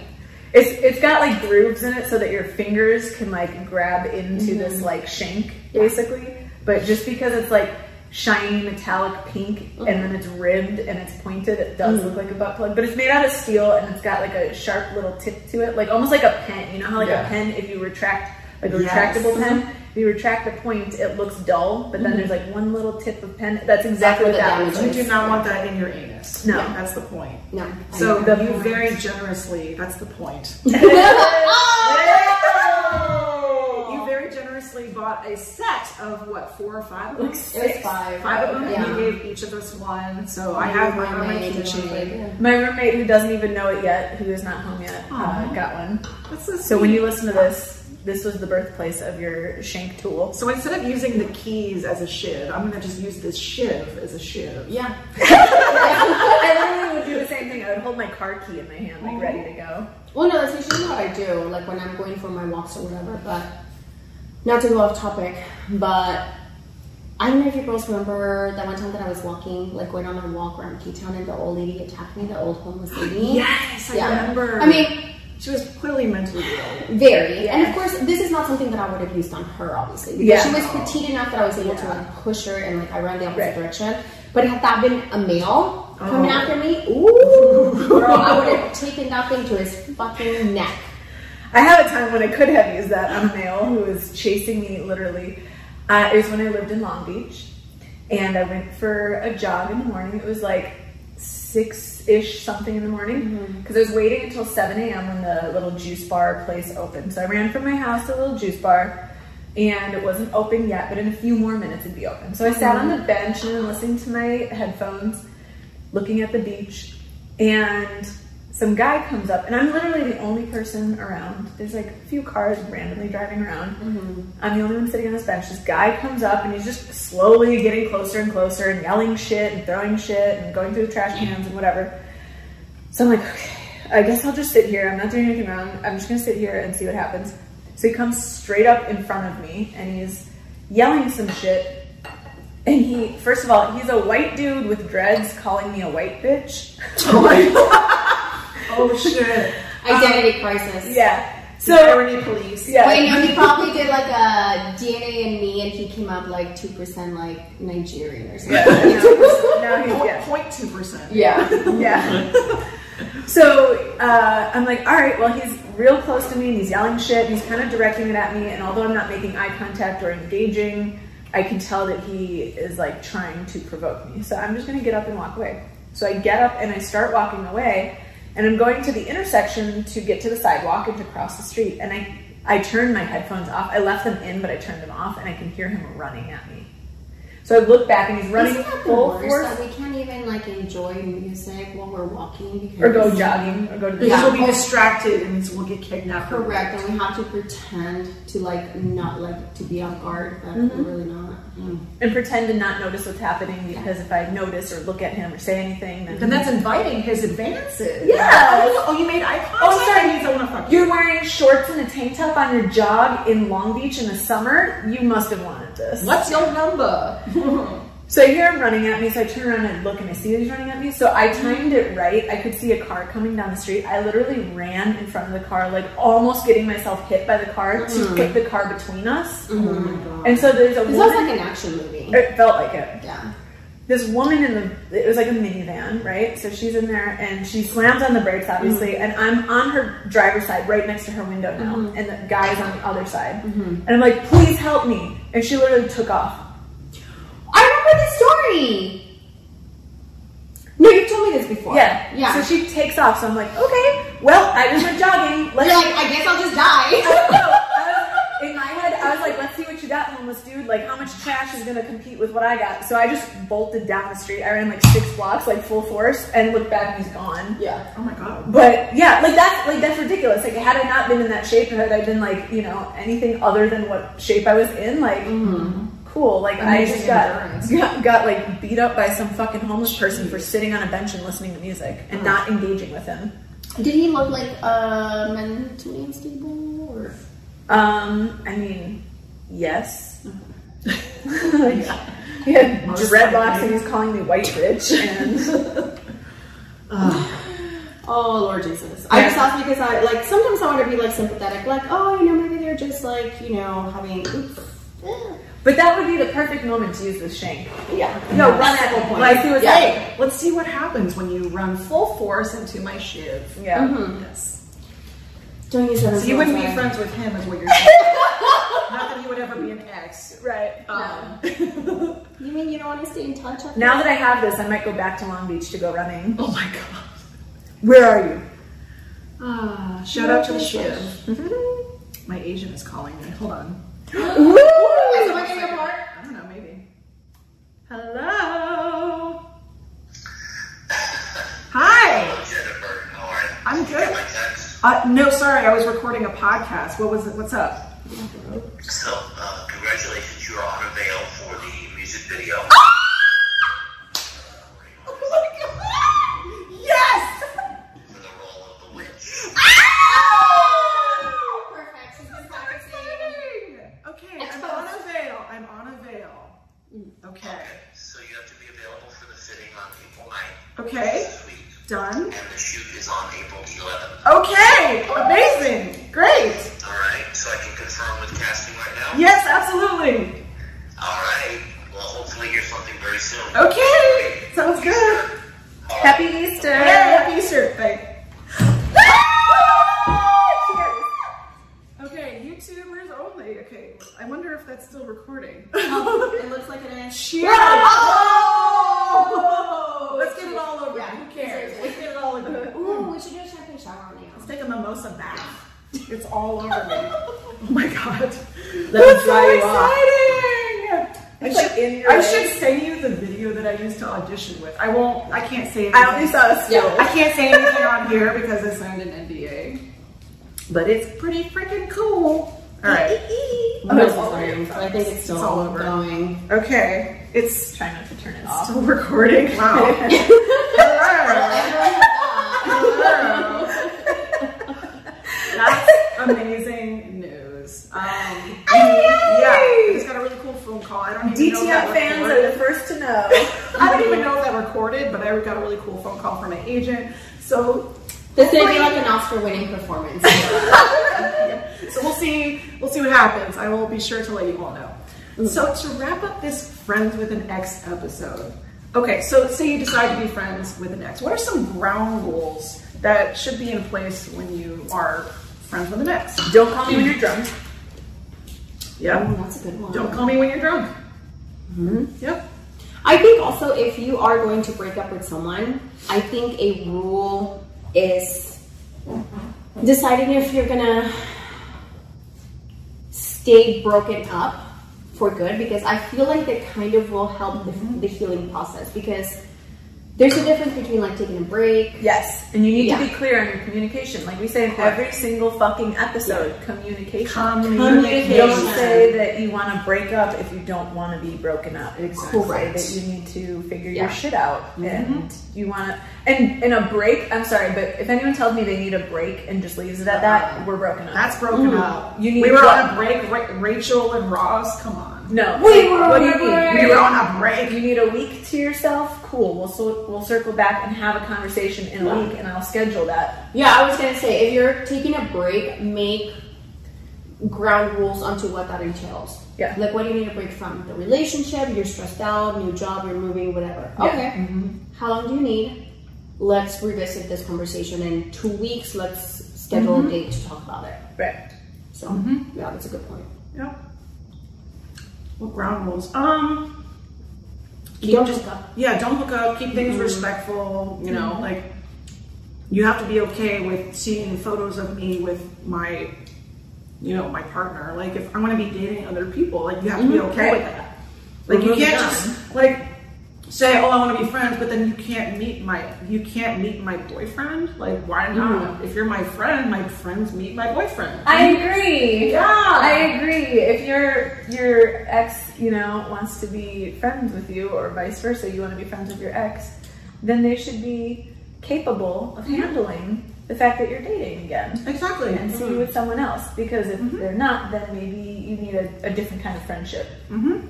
Speaker 3: It's it's got like grooves in it so that your fingers can like grab into this like shank basically. But just because it's like shiny metallic pink and then it's ribbed and it's pointed, it does look like a butt plug. But it's made out of steel and it's got like a sharp little tip to it, like almost like a pen. You know how like
Speaker 4: Yeah.
Speaker 3: a pen if you retract like a
Speaker 4: Yes.
Speaker 3: retractable pen. If you retract a point, it looks dull, but then there's like one little tip of pen. That's exactly
Speaker 5: where
Speaker 3: what
Speaker 5: the
Speaker 3: that
Speaker 5: damage
Speaker 3: looks
Speaker 5: is.
Speaker 3: like.
Speaker 4: You do not want that in your anus.
Speaker 3: No.
Speaker 4: that's the point.
Speaker 5: No. I
Speaker 4: So
Speaker 5: know.
Speaker 4: you very generously. That's the point. You very generously bought a set of what four or five? Like
Speaker 5: It was five.
Speaker 4: Five of them.
Speaker 5: Yeah.
Speaker 4: You gave each of us one, so I have mine on my
Speaker 5: Made
Speaker 4: keychain.
Speaker 5: one.
Speaker 3: My roommate, who doesn't even know it yet, who is not home yet, uh,
Speaker 4: Aw.
Speaker 3: got one.
Speaker 4: That's so,
Speaker 3: So when
Speaker 4: sweet.
Speaker 3: you listen to this, this was the birthplace of your shank tool.
Speaker 4: so instead of using the keys as a shiv, I'm gonna just use this shiv as a shiv. (laughs)
Speaker 5: Yeah. (laughs)
Speaker 3: I literally would do the same thing. I would hold my car key in my hand, like ready to go.
Speaker 5: Well, no, that's usually what I do, like when I'm going for my walks or whatever. But not to go off topic, but I don't know if you girls remember that one time that I was walking, like going on my walk around Keytown, and the old lady attacked me, the old homeless lady.
Speaker 4: Yes, I remember.
Speaker 5: I mean,
Speaker 4: She was clearly mentally ill.
Speaker 5: Very. And of course, this is not something that I would have used on her, obviously. Because
Speaker 3: Yeah.
Speaker 5: she was petite enough that I was able to like push her and like I ran the opposite direction. But had that been a male coming
Speaker 3: Oh.
Speaker 5: after me, ooh, girl, I would have taken that thing to his fucking neck.
Speaker 3: I had a time when I could have used that on a male who was chasing me literally. Uh, it was when I lived in Long Beach, and I went for a jog in the morning. It was like six ish something in the morning because I was waiting until seven a.m. when the little juice bar place opened. So I ran from my house to the little juice bar, and it wasn't open yet, but in a few more minutes it'd be open. So I sat on the bench and listened to my headphones, looking at the beach, and some guy comes up, and I'm literally the only person around. There's like a few cars randomly driving around. I'm the only one sitting on this bench. This guy comes up, and he's just slowly getting closer and closer, and yelling shit, and throwing shit, and going through the trash cans and whatever. So I'm like, okay, I guess I'll just sit here. I'm not doing anything wrong. I'm just gonna sit here and see what happens. So he comes straight up in front of me and he's yelling some shit. And he, first of all, he's a white dude with dreads calling me a white bitch.
Speaker 4: (laughs) Oh shit!
Speaker 5: Identity crisis.
Speaker 3: Um, Yeah. So,
Speaker 4: Irony police.
Speaker 3: yeah.
Speaker 5: Wait, no, he probably did like a DNA in me and he came up like 2% like Nigerian or something.
Speaker 3: No, no, he's, yeah.
Speaker 4: Point two
Speaker 5: (laughs)
Speaker 4: percent.
Speaker 5: Yeah.
Speaker 3: yeah. (laughs) So uh, I'm like, all right, well, he's real close to me and he's yelling shit and he's kind of directing it at me. And although I'm not making eye contact or engaging I can tell that he is like trying to provoke me. So I'm just going to get up and walk away. So I get up and I start walking away, and I'm going to the intersection to get to the sidewalk and to cross the street. And I, I turn my headphones off. I left them in, but I turned them off, and I can hear him running at me. So I look back and he's running
Speaker 5: Isn't that the
Speaker 3: full
Speaker 5: worst
Speaker 3: force,
Speaker 5: that we can't even like enjoy music while we're walking because
Speaker 3: or go jogging, or go to the
Speaker 4: Because
Speaker 5: Yeah.
Speaker 4: we'll be distracted and we'll get kidnapped.
Speaker 5: Oh. Correct, and we have to pretend to like not like to be on guard, but we're really not.
Speaker 3: and pretend to not notice what's happening because if I notice or look at him or say anything, then
Speaker 4: Then that's inviting his advances.
Speaker 3: Yeah.
Speaker 4: Oh, oh, you made eye contact.
Speaker 3: Oh, sorry.
Speaker 4: That means I want to fuck you.
Speaker 3: You're wearing shorts and a tank top on your jog in Long Beach in the summer. You must have wanted this.
Speaker 4: What's your number?
Speaker 3: So I hear him running at me, so I turn around and look and I see that he's running at me. So I timed it right. I could see a car coming down the street. I literally ran in front of the car, like almost getting myself hit by the car to get the car between us.
Speaker 4: Mm-hmm. Oh my god.
Speaker 3: And so there's a
Speaker 5: This sounds
Speaker 3: woman.
Speaker 5: like an action movie.
Speaker 3: It felt like it.
Speaker 5: Yeah.
Speaker 3: this woman in the it was like a minivan, right? So she's in there and she slams on the brakes obviously and I'm on her driver's side right next to her window now and the guy's on the other side. And I'm like, please help me. And she literally took off.
Speaker 5: I remember the story. No, you told me this before.
Speaker 3: Yeah.
Speaker 5: Yeah.
Speaker 3: So she takes off. So I'm like, okay, well I just went jogging.
Speaker 5: You're
Speaker 3: Let's
Speaker 5: like, I guess I'll just die. (laughs)
Speaker 3: I was- in my head, I was like, let's see what you got, homeless dude. Like, how much trash is gonna compete with what I got? So I just bolted down the street. I ran like six blocks, like full force, and looked back and he's gone.
Speaker 5: yeah.
Speaker 4: Oh my god.
Speaker 3: But yeah, like that, like that's ridiculous. Like had I not been in that shape, had I been like you know anything other than what shape I was in, like cool. Like I
Speaker 4: Mm-hmm. Amazing
Speaker 3: just got,
Speaker 4: endurance.
Speaker 3: got got like beat up by some fucking homeless person for sitting on a bench and listening to music and
Speaker 4: Mm.
Speaker 3: not engaging with him.
Speaker 5: Did he look like uh, mentally unstable or?
Speaker 3: Um, I mean,
Speaker 4: (laughs)
Speaker 3: yes. like, he had
Speaker 4: Most
Speaker 3: dreadlocks
Speaker 4: likely.
Speaker 3: and he was calling me white rich and (laughs)
Speaker 5: Oh Lord Jesus! I just asked because I like sometimes I want to be like sympathetic, like oh you know maybe they're just like you know having. oops, eh.
Speaker 3: but that would be the perfect moment to use the shank.
Speaker 5: Yeah.
Speaker 3: No, run at
Speaker 5: Full
Speaker 3: him. Like he was
Speaker 5: Yeah.
Speaker 3: like,
Speaker 4: Let's see what happens when you run full force into my shiv.
Speaker 3: yeah.
Speaker 4: Yes.
Speaker 5: Don't use that.
Speaker 4: So
Speaker 5: as
Speaker 4: you
Speaker 5: a
Speaker 4: wouldn't be
Speaker 5: website.
Speaker 4: friends with him, is (laughs) what you're saying. Not that he would ever be an ex.
Speaker 3: Right.
Speaker 4: Um,
Speaker 5: You mean you don't want to stay in touch? After
Speaker 3: Now that I have this, I might go back to Long Beach to go running.
Speaker 4: oh my god.
Speaker 3: Where are you?
Speaker 4: Ah, shout out to the shiv. My agent is calling me. Hold on.
Speaker 5: Is someone in your part?
Speaker 4: I don't know, maybe. Hello. Hi.
Speaker 2: Jennifer, how are you?
Speaker 4: I'm good.
Speaker 2: Like that.
Speaker 4: Uh, no, sorry, I was recording a podcast. What was it? What's up?
Speaker 2: So, uh, congratulations, you are on a veil for the music video.
Speaker 4: Yes.
Speaker 2: For the role of the witch.
Speaker 5: Perfect. She's been
Speaker 4: So exciting. Okay, I'm on a veil. I'm on a veil. Okay.
Speaker 2: So you have to be available for the fitting on April 9th
Speaker 4: Okay.
Speaker 2: this week.
Speaker 4: Done.
Speaker 2: And the shoot is on April 11th.
Speaker 4: Okay. Amazing. Great.
Speaker 2: Alright, so I can confirm with casting right now?
Speaker 4: Yes, absolutely.
Speaker 2: Alright, well hopefully hear something very soon.
Speaker 4: Okay. Sounds good.
Speaker 3: Happy Easter!
Speaker 4: Hey, happy Easter.
Speaker 5: (laughs)
Speaker 4: Bye. Okay, YouTubers only. Okay, I wonder if that's still recording.
Speaker 5: Oh, It looks like an
Speaker 4: (laughs)
Speaker 5: ass. (laughs)
Speaker 4: Cheers!
Speaker 5: Oh!
Speaker 4: Let's get it all over.
Speaker 5: Yeah,
Speaker 4: Who cares? Let's get it all over.
Speaker 5: Ooh, we should do a champagne shower now.
Speaker 4: Take a mimosa bath. It's all
Speaker 3: (laughs)
Speaker 4: over me. Oh my god.
Speaker 3: Let me
Speaker 4: That's
Speaker 3: dry
Speaker 4: so
Speaker 3: you off.
Speaker 4: exciting! I
Speaker 3: It's
Speaker 4: should,
Speaker 3: like in your
Speaker 4: I
Speaker 3: leg.
Speaker 4: should send you the video that I used to audition with. I won't, I can't say anything.
Speaker 3: I only saw a still. (laughs)
Speaker 4: I can't say anything on here because I signed an NDA. But it's pretty freaking cool. Alright.
Speaker 3: (laughs)
Speaker 5: Oh, it's recording, so I think it's still
Speaker 4: It's all over.
Speaker 5: going.
Speaker 4: Okay. It's
Speaker 3: Try not to turn it off.
Speaker 4: still recording. (laughs) Wow. Hello. Hello. That's amazing news. Um, yeah, it's got a really cool phone call. I don't even know if
Speaker 3: DTF
Speaker 4: that
Speaker 3: fans
Speaker 4: recorded.
Speaker 3: are the first to know.
Speaker 4: I don't even know if that recorded, but I got a really cool phone call from my agent. So,
Speaker 5: This is gonna be like an Oscar-winning (laughs) performance.
Speaker 4: so we'll see. We'll see what happens. I will be sure to let you all know.
Speaker 3: Mm-hmm.
Speaker 4: So to wrap up this friends with an ex episode. Okay, so say you decide to be friends with an ex. What are some ground rules that should be in place when you are friends with an ex?
Speaker 3: Don't call me when you're drunk.
Speaker 4: Yeah.
Speaker 5: That's a good one.
Speaker 4: Don't call me when you're drunk.
Speaker 3: Mm-hmm.
Speaker 4: Yep.
Speaker 5: I think also if you are going to break up with someone, I think a rule is deciding if you're gonna stay broken up for good because I feel like that kind of will help the, the healing process because there's a difference between like taking a break.
Speaker 3: Yes, and you need
Speaker 5: Yeah.
Speaker 3: to be clear on your communication. Like we say in every single fucking episode, communication.
Speaker 4: Communication.
Speaker 3: Don't say that you want to break up if you don't want to be broken up. Exactly.
Speaker 5: Correct.
Speaker 3: That you need to figure
Speaker 5: Yeah. Mm-hmm.
Speaker 3: your shit out, and you want to. And in a break, I'm sorry, but if anyone tells me they need a break and just leaves it at
Speaker 5: Uh-huh.
Speaker 3: that, we're broken up.
Speaker 4: That's broken up.
Speaker 3: Mm-hmm. You need
Speaker 4: we were
Speaker 3: to-
Speaker 4: on a break. Ra- Rachel and Ross, come on.
Speaker 3: no.
Speaker 5: We were on
Speaker 3: what do you
Speaker 5: a
Speaker 3: mean?
Speaker 5: break.
Speaker 4: We were on a break.
Speaker 3: You need a week to yourself. Cool. We'll so, we'll circle back and have a conversation in a week, and I'll schedule that.
Speaker 5: Yeah, I was gonna say if you're taking a break, make ground rules onto what that entails.
Speaker 3: Yeah.
Speaker 5: Like what do you need a break from? The relationship, you're stressed out, new job, you're moving, whatever.
Speaker 3: Yeah. Mm-hmm.
Speaker 5: Okay. How long do you need? Let's revisit this conversation in two weeks. Let's schedule
Speaker 3: Mm-hmm.
Speaker 5: a date to talk about it.
Speaker 3: Right.
Speaker 5: So
Speaker 3: Mm-hmm.
Speaker 5: yeah, that's a good point.
Speaker 4: Yep. What ground rules? Um. keep
Speaker 5: Don't
Speaker 4: just-
Speaker 5: hook up.
Speaker 4: Yeah, don't hook up. Keep things respectful. You know, like you have to be okay with seeing photos of me with my, you know, my partner. Like if I'm going to be dating other people, like you have to be okay with that. Like
Speaker 3: Remove
Speaker 4: you
Speaker 3: the
Speaker 4: can't
Speaker 3: gun.
Speaker 4: just like say, "Oh, I want to be friends," but then you can't meet my you can't meet my boyfriend. Like why not? If you're my friend, my friends meet my boyfriend.
Speaker 3: I agree.
Speaker 4: Yeah.
Speaker 3: I agree. If your your ex, you know, wants to be friends with you, or vice versa, you want to be friends with your ex, then they should be capable
Speaker 4: Mm-hmm.
Speaker 3: of handling the fact that you're dating again
Speaker 4: exactly.
Speaker 3: and see you with someone else. Because if
Speaker 4: Mm-hmm.
Speaker 3: they're not, then maybe you need a, a different kind of friendship.
Speaker 4: Mm-hmm.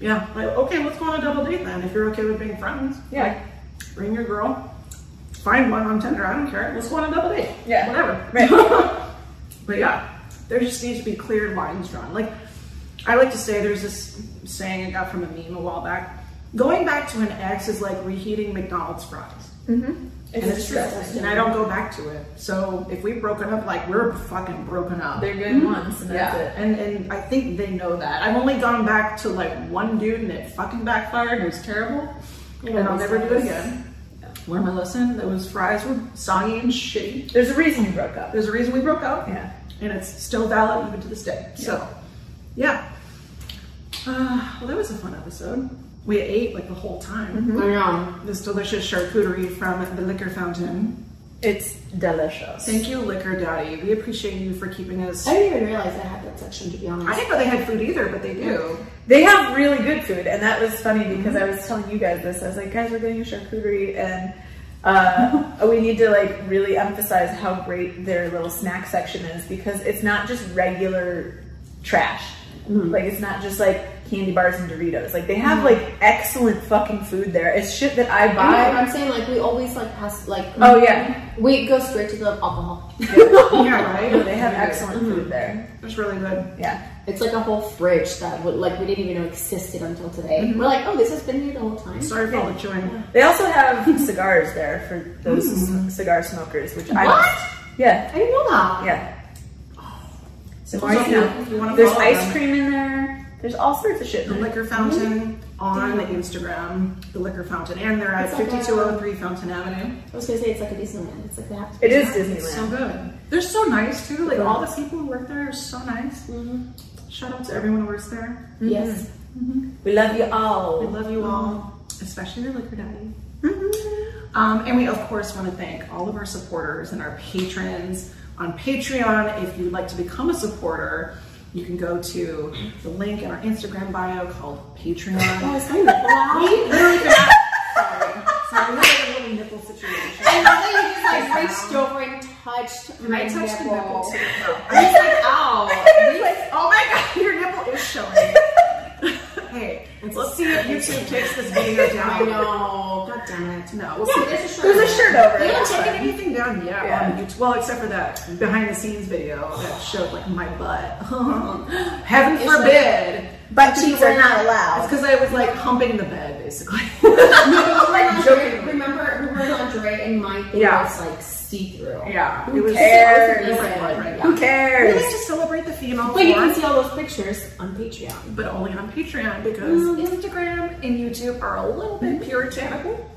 Speaker 4: Yeah, like okay, let's go on a double date then. If you're okay with being friends,
Speaker 3: Yeah.
Speaker 4: like, bring your girl, find one on Tinder. I don't care. Let's go on a double date.
Speaker 3: Yeah.
Speaker 4: whatever. (laughs) but yeah, there just needs to be clear lines drawn. Like I like to say, there's this saying I got from a meme a while back. Going back to an ex is like reheating McDonald's fries.
Speaker 3: It's
Speaker 4: And it's true.
Speaker 3: stressful.
Speaker 4: And I don't go back to it. So if we've broken up, like we're fucking broken up.
Speaker 3: They're good once, and that's
Speaker 4: Mm-hmm. Yeah,
Speaker 3: it.
Speaker 4: and and I think they know that. I've only gone back to like one dude, and it fucking backfired. It was terrible, and I'll never do it again. Learn my lesson. Those fries were soggy and shitty.
Speaker 3: There's a reason you broke up.
Speaker 4: There's a reason we broke up.
Speaker 3: Yeah.
Speaker 4: and it's still valid even to this day. So, yeah. Uh, well, that was a fun episode. We ate like the whole time.
Speaker 3: Mm-hmm.
Speaker 5: I know.
Speaker 4: This delicious charcuterie from the liquor fountain.
Speaker 3: It's delicious.
Speaker 4: Thank you, Liquor Daddy. We appreciate you for keeping us.
Speaker 5: I didn't even realize I had that section to be honest.
Speaker 4: I didn't know they had food either, but they do.
Speaker 3: They have really good food, and that was
Speaker 4: Mm-hmm.
Speaker 3: funny because I was telling you guys this. I was like, guys, we're getting a charcuterie, and uh, (laughs) we need to like really emphasize how great their little snack section is because it's not just regular trash.
Speaker 4: Mm-hmm.
Speaker 3: Like it's not just like candy bars and Doritos. Like they have like excellent fucking food there. It's shit that I
Speaker 5: I know, but
Speaker 3: buy.
Speaker 5: I'm saying like we always like pass like
Speaker 3: Oh yeah,
Speaker 5: we go straight to the alcohol.
Speaker 3: (laughs)
Speaker 4: yeah, Mm-hmm. right? (laughs)
Speaker 3: they have excellent food there.
Speaker 4: It's really good.
Speaker 3: Yeah.
Speaker 5: It's like a whole fridge that would, like we didn't even know existed until today. We're like, oh, this has been here the whole time.
Speaker 4: Sorry for all the chewing.
Speaker 3: They also have cigars there for those
Speaker 4: Mm-hmm.
Speaker 3: cigar smokers, which
Speaker 5: What?
Speaker 3: I yeah
Speaker 5: I didn't know that.
Speaker 3: yeah. So
Speaker 4: Well,
Speaker 3: more
Speaker 4: if
Speaker 3: you
Speaker 4: you-
Speaker 3: know.
Speaker 4: if you wanna
Speaker 3: There's
Speaker 4: follow
Speaker 3: ice
Speaker 4: them.
Speaker 3: cream in there. There's all sorts of shit.
Speaker 4: The
Speaker 3: in there.
Speaker 4: Liquor Fountain on Instagram, the Liquor Fountain, and they're at
Speaker 5: It's like a-
Speaker 4: 5203 Fountain Avenue.
Speaker 5: I was gonna say it's like a Disneyland. It's like they have to.
Speaker 3: It is
Speaker 4: It's so
Speaker 3: Disneyland.
Speaker 4: good. They're so nice too. Like all the people who work there are so nice. Shout out to everyone who works there.
Speaker 5: Yes.
Speaker 3: We love you
Speaker 4: We
Speaker 3: all.
Speaker 4: love you all, especially your liquor daddy. Um, and we of course want to thank all of our supporters and our patrons on Patreon. If you'd like to become a supporter, you can go to the link in our Instagram bio called Patreon.
Speaker 5: Oh, it's my nipple out.
Speaker 4: We literally cannot- Sorry, sorry, we had a little nipple situation.
Speaker 5: I love that you just like reached over and touched my
Speaker 4: I touched the
Speaker 5: nipple.
Speaker 4: nipple too.
Speaker 5: I was like, (laughs) ow.
Speaker 4: Oh my god, your nipple is showing. hey, let's see if YouTube takes this video
Speaker 5: I
Speaker 4: down.
Speaker 5: know. God damn it.
Speaker 4: No, we'll
Speaker 5: Yeah,
Speaker 4: see.
Speaker 5: there's a shirt.
Speaker 3: There's a shirt over.
Speaker 4: They
Speaker 3: it.
Speaker 4: haven't
Speaker 3: That's
Speaker 4: taken
Speaker 3: fine.
Speaker 4: anything down yet
Speaker 3: Yeah.
Speaker 4: on YouTube. Well, except for that behind the scenes video that showed like my butt. (laughs) Heaven forbid.
Speaker 3: Butt cheeks are not allowed.
Speaker 4: It's because I was like humping the bed basically. (laughs)
Speaker 5: No, but remember, remember, remember Andre and my thing
Speaker 4: Yeah.
Speaker 5: was like see through.
Speaker 4: Yeah,
Speaker 5: Who
Speaker 4: it was
Speaker 5: cares?
Speaker 4: it was a different one, right?
Speaker 5: Who
Speaker 4: We
Speaker 3: cares?
Speaker 4: like to celebrate the female
Speaker 5: But you
Speaker 4: form,
Speaker 5: can see all those pictures on Patreon.
Speaker 4: but only on Patreon because Mm-hmm. Instagram and YouTube are a little bit puritanical,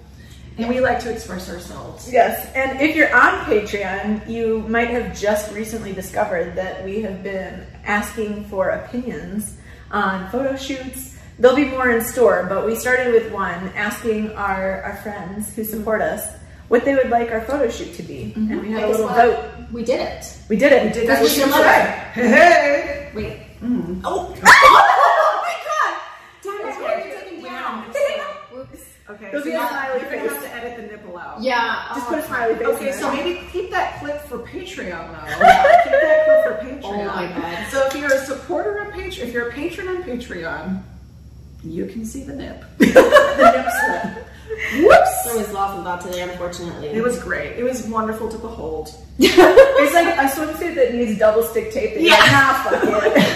Speaker 4: and we like to express ourselves.
Speaker 3: Yes, and if you're on Patreon, you might have just recently discovered that we have been asking for opinions on photo shoots. There'll be more in store, but we started with one asking our, our friends who support us what they would like our photo shoot to be. And we had a
Speaker 5: Guess
Speaker 3: little
Speaker 5: what?
Speaker 3: vote.
Speaker 5: We did it.
Speaker 3: We did it. We
Speaker 4: Did that
Speaker 5: That's
Speaker 4: shit
Speaker 5: what you're
Speaker 4: today. Hey,
Speaker 5: Wait.
Speaker 4: Mm. (laughs)
Speaker 3: oh my god!
Speaker 5: That's why you're taken down. Whoops.
Speaker 4: Okay,
Speaker 3: It'll
Speaker 4: so
Speaker 3: be a
Speaker 4: now
Speaker 3: smiley
Speaker 4: you're gonna have
Speaker 3: face.
Speaker 4: to edit the nipple out.
Speaker 5: Yeah.
Speaker 3: Just
Speaker 5: uh,
Speaker 3: put a smiley face.
Speaker 4: Okay,
Speaker 3: in
Speaker 4: so
Speaker 3: it.
Speaker 4: maybe keep that clip for Patreon though. Yeah, keep that clip for Patreon.
Speaker 5: Oh my God.
Speaker 4: So if you're a supporter on Patreon, if you're a patron on Patreon, you can see the nip. the nip slip.
Speaker 5: There was lots of that today, unfortunately.
Speaker 4: It was great. It was wonderful to behold.
Speaker 3: It's like a swimsuit that needs double stick tape. That yeah. (laughs) Like, nah, fuck it.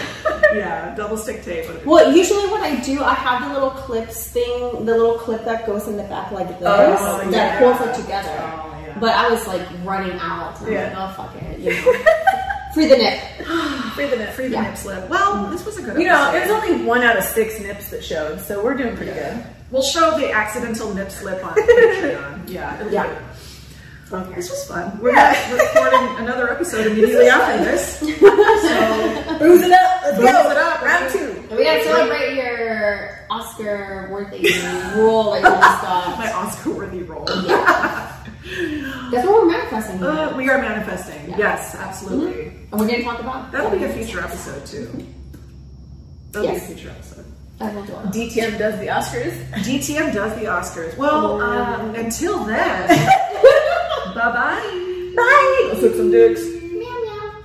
Speaker 4: Yeah, double stick tape. would have been-
Speaker 5: Well, usually what I do, I have the little clips thing, the little clip that goes in the back like this,
Speaker 3: Oh,
Speaker 5: that
Speaker 4: yeah.
Speaker 5: pulls it together.
Speaker 4: Oh, yeah.
Speaker 5: But I was like running out. And I'm
Speaker 3: Yeah.
Speaker 5: like, oh fuck it. You
Speaker 4: (laughs)
Speaker 5: know. Free the nip.
Speaker 3: Free the nip.
Speaker 4: Free the
Speaker 5: Yeah.
Speaker 4: nip slip. Well, this was a good.
Speaker 3: You know, it was
Speaker 4: episode.
Speaker 3: only one out of six nips that showed, so we're doing pretty good.
Speaker 4: we'll show the accidental nip slip on Patreon. Yeah, it'll be
Speaker 5: Yeah.
Speaker 4: good.
Speaker 5: Okay.
Speaker 4: This was fun. We're
Speaker 3: Yeah.
Speaker 4: recording another episode immediately after this. So
Speaker 5: (laughs)
Speaker 3: Booze it up. Let's
Speaker 4: Booze
Speaker 3: go.
Speaker 4: it up.
Speaker 3: Round two.
Speaker 5: We gotta celebrate your Oscar worthy role that you just
Speaker 4: (laughs)
Speaker 5: got.
Speaker 4: my
Speaker 5: (laughs)
Speaker 4: Oscar-worthy role.
Speaker 5: That's what we're manifesting. here.
Speaker 4: Uh, we are manifesting.
Speaker 5: Yeah. Mm-hmm.
Speaker 4: Yes, absolutely.
Speaker 5: and we're gonna talk about
Speaker 4: That'll be a future episode too. That'll
Speaker 5: Yes.
Speaker 4: be a future episode.
Speaker 5: I will do it.
Speaker 3: DTM does the Oscars.
Speaker 4: DTM does the Oscars.
Speaker 5: Oh.
Speaker 4: Well, um, until then, bye bye.
Speaker 3: Bye. Let's hook some dicks.
Speaker 5: Meow meow.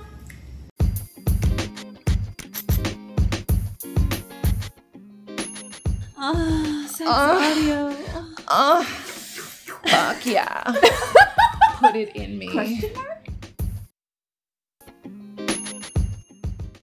Speaker 6: Oh, fuck yeah. Put it in me.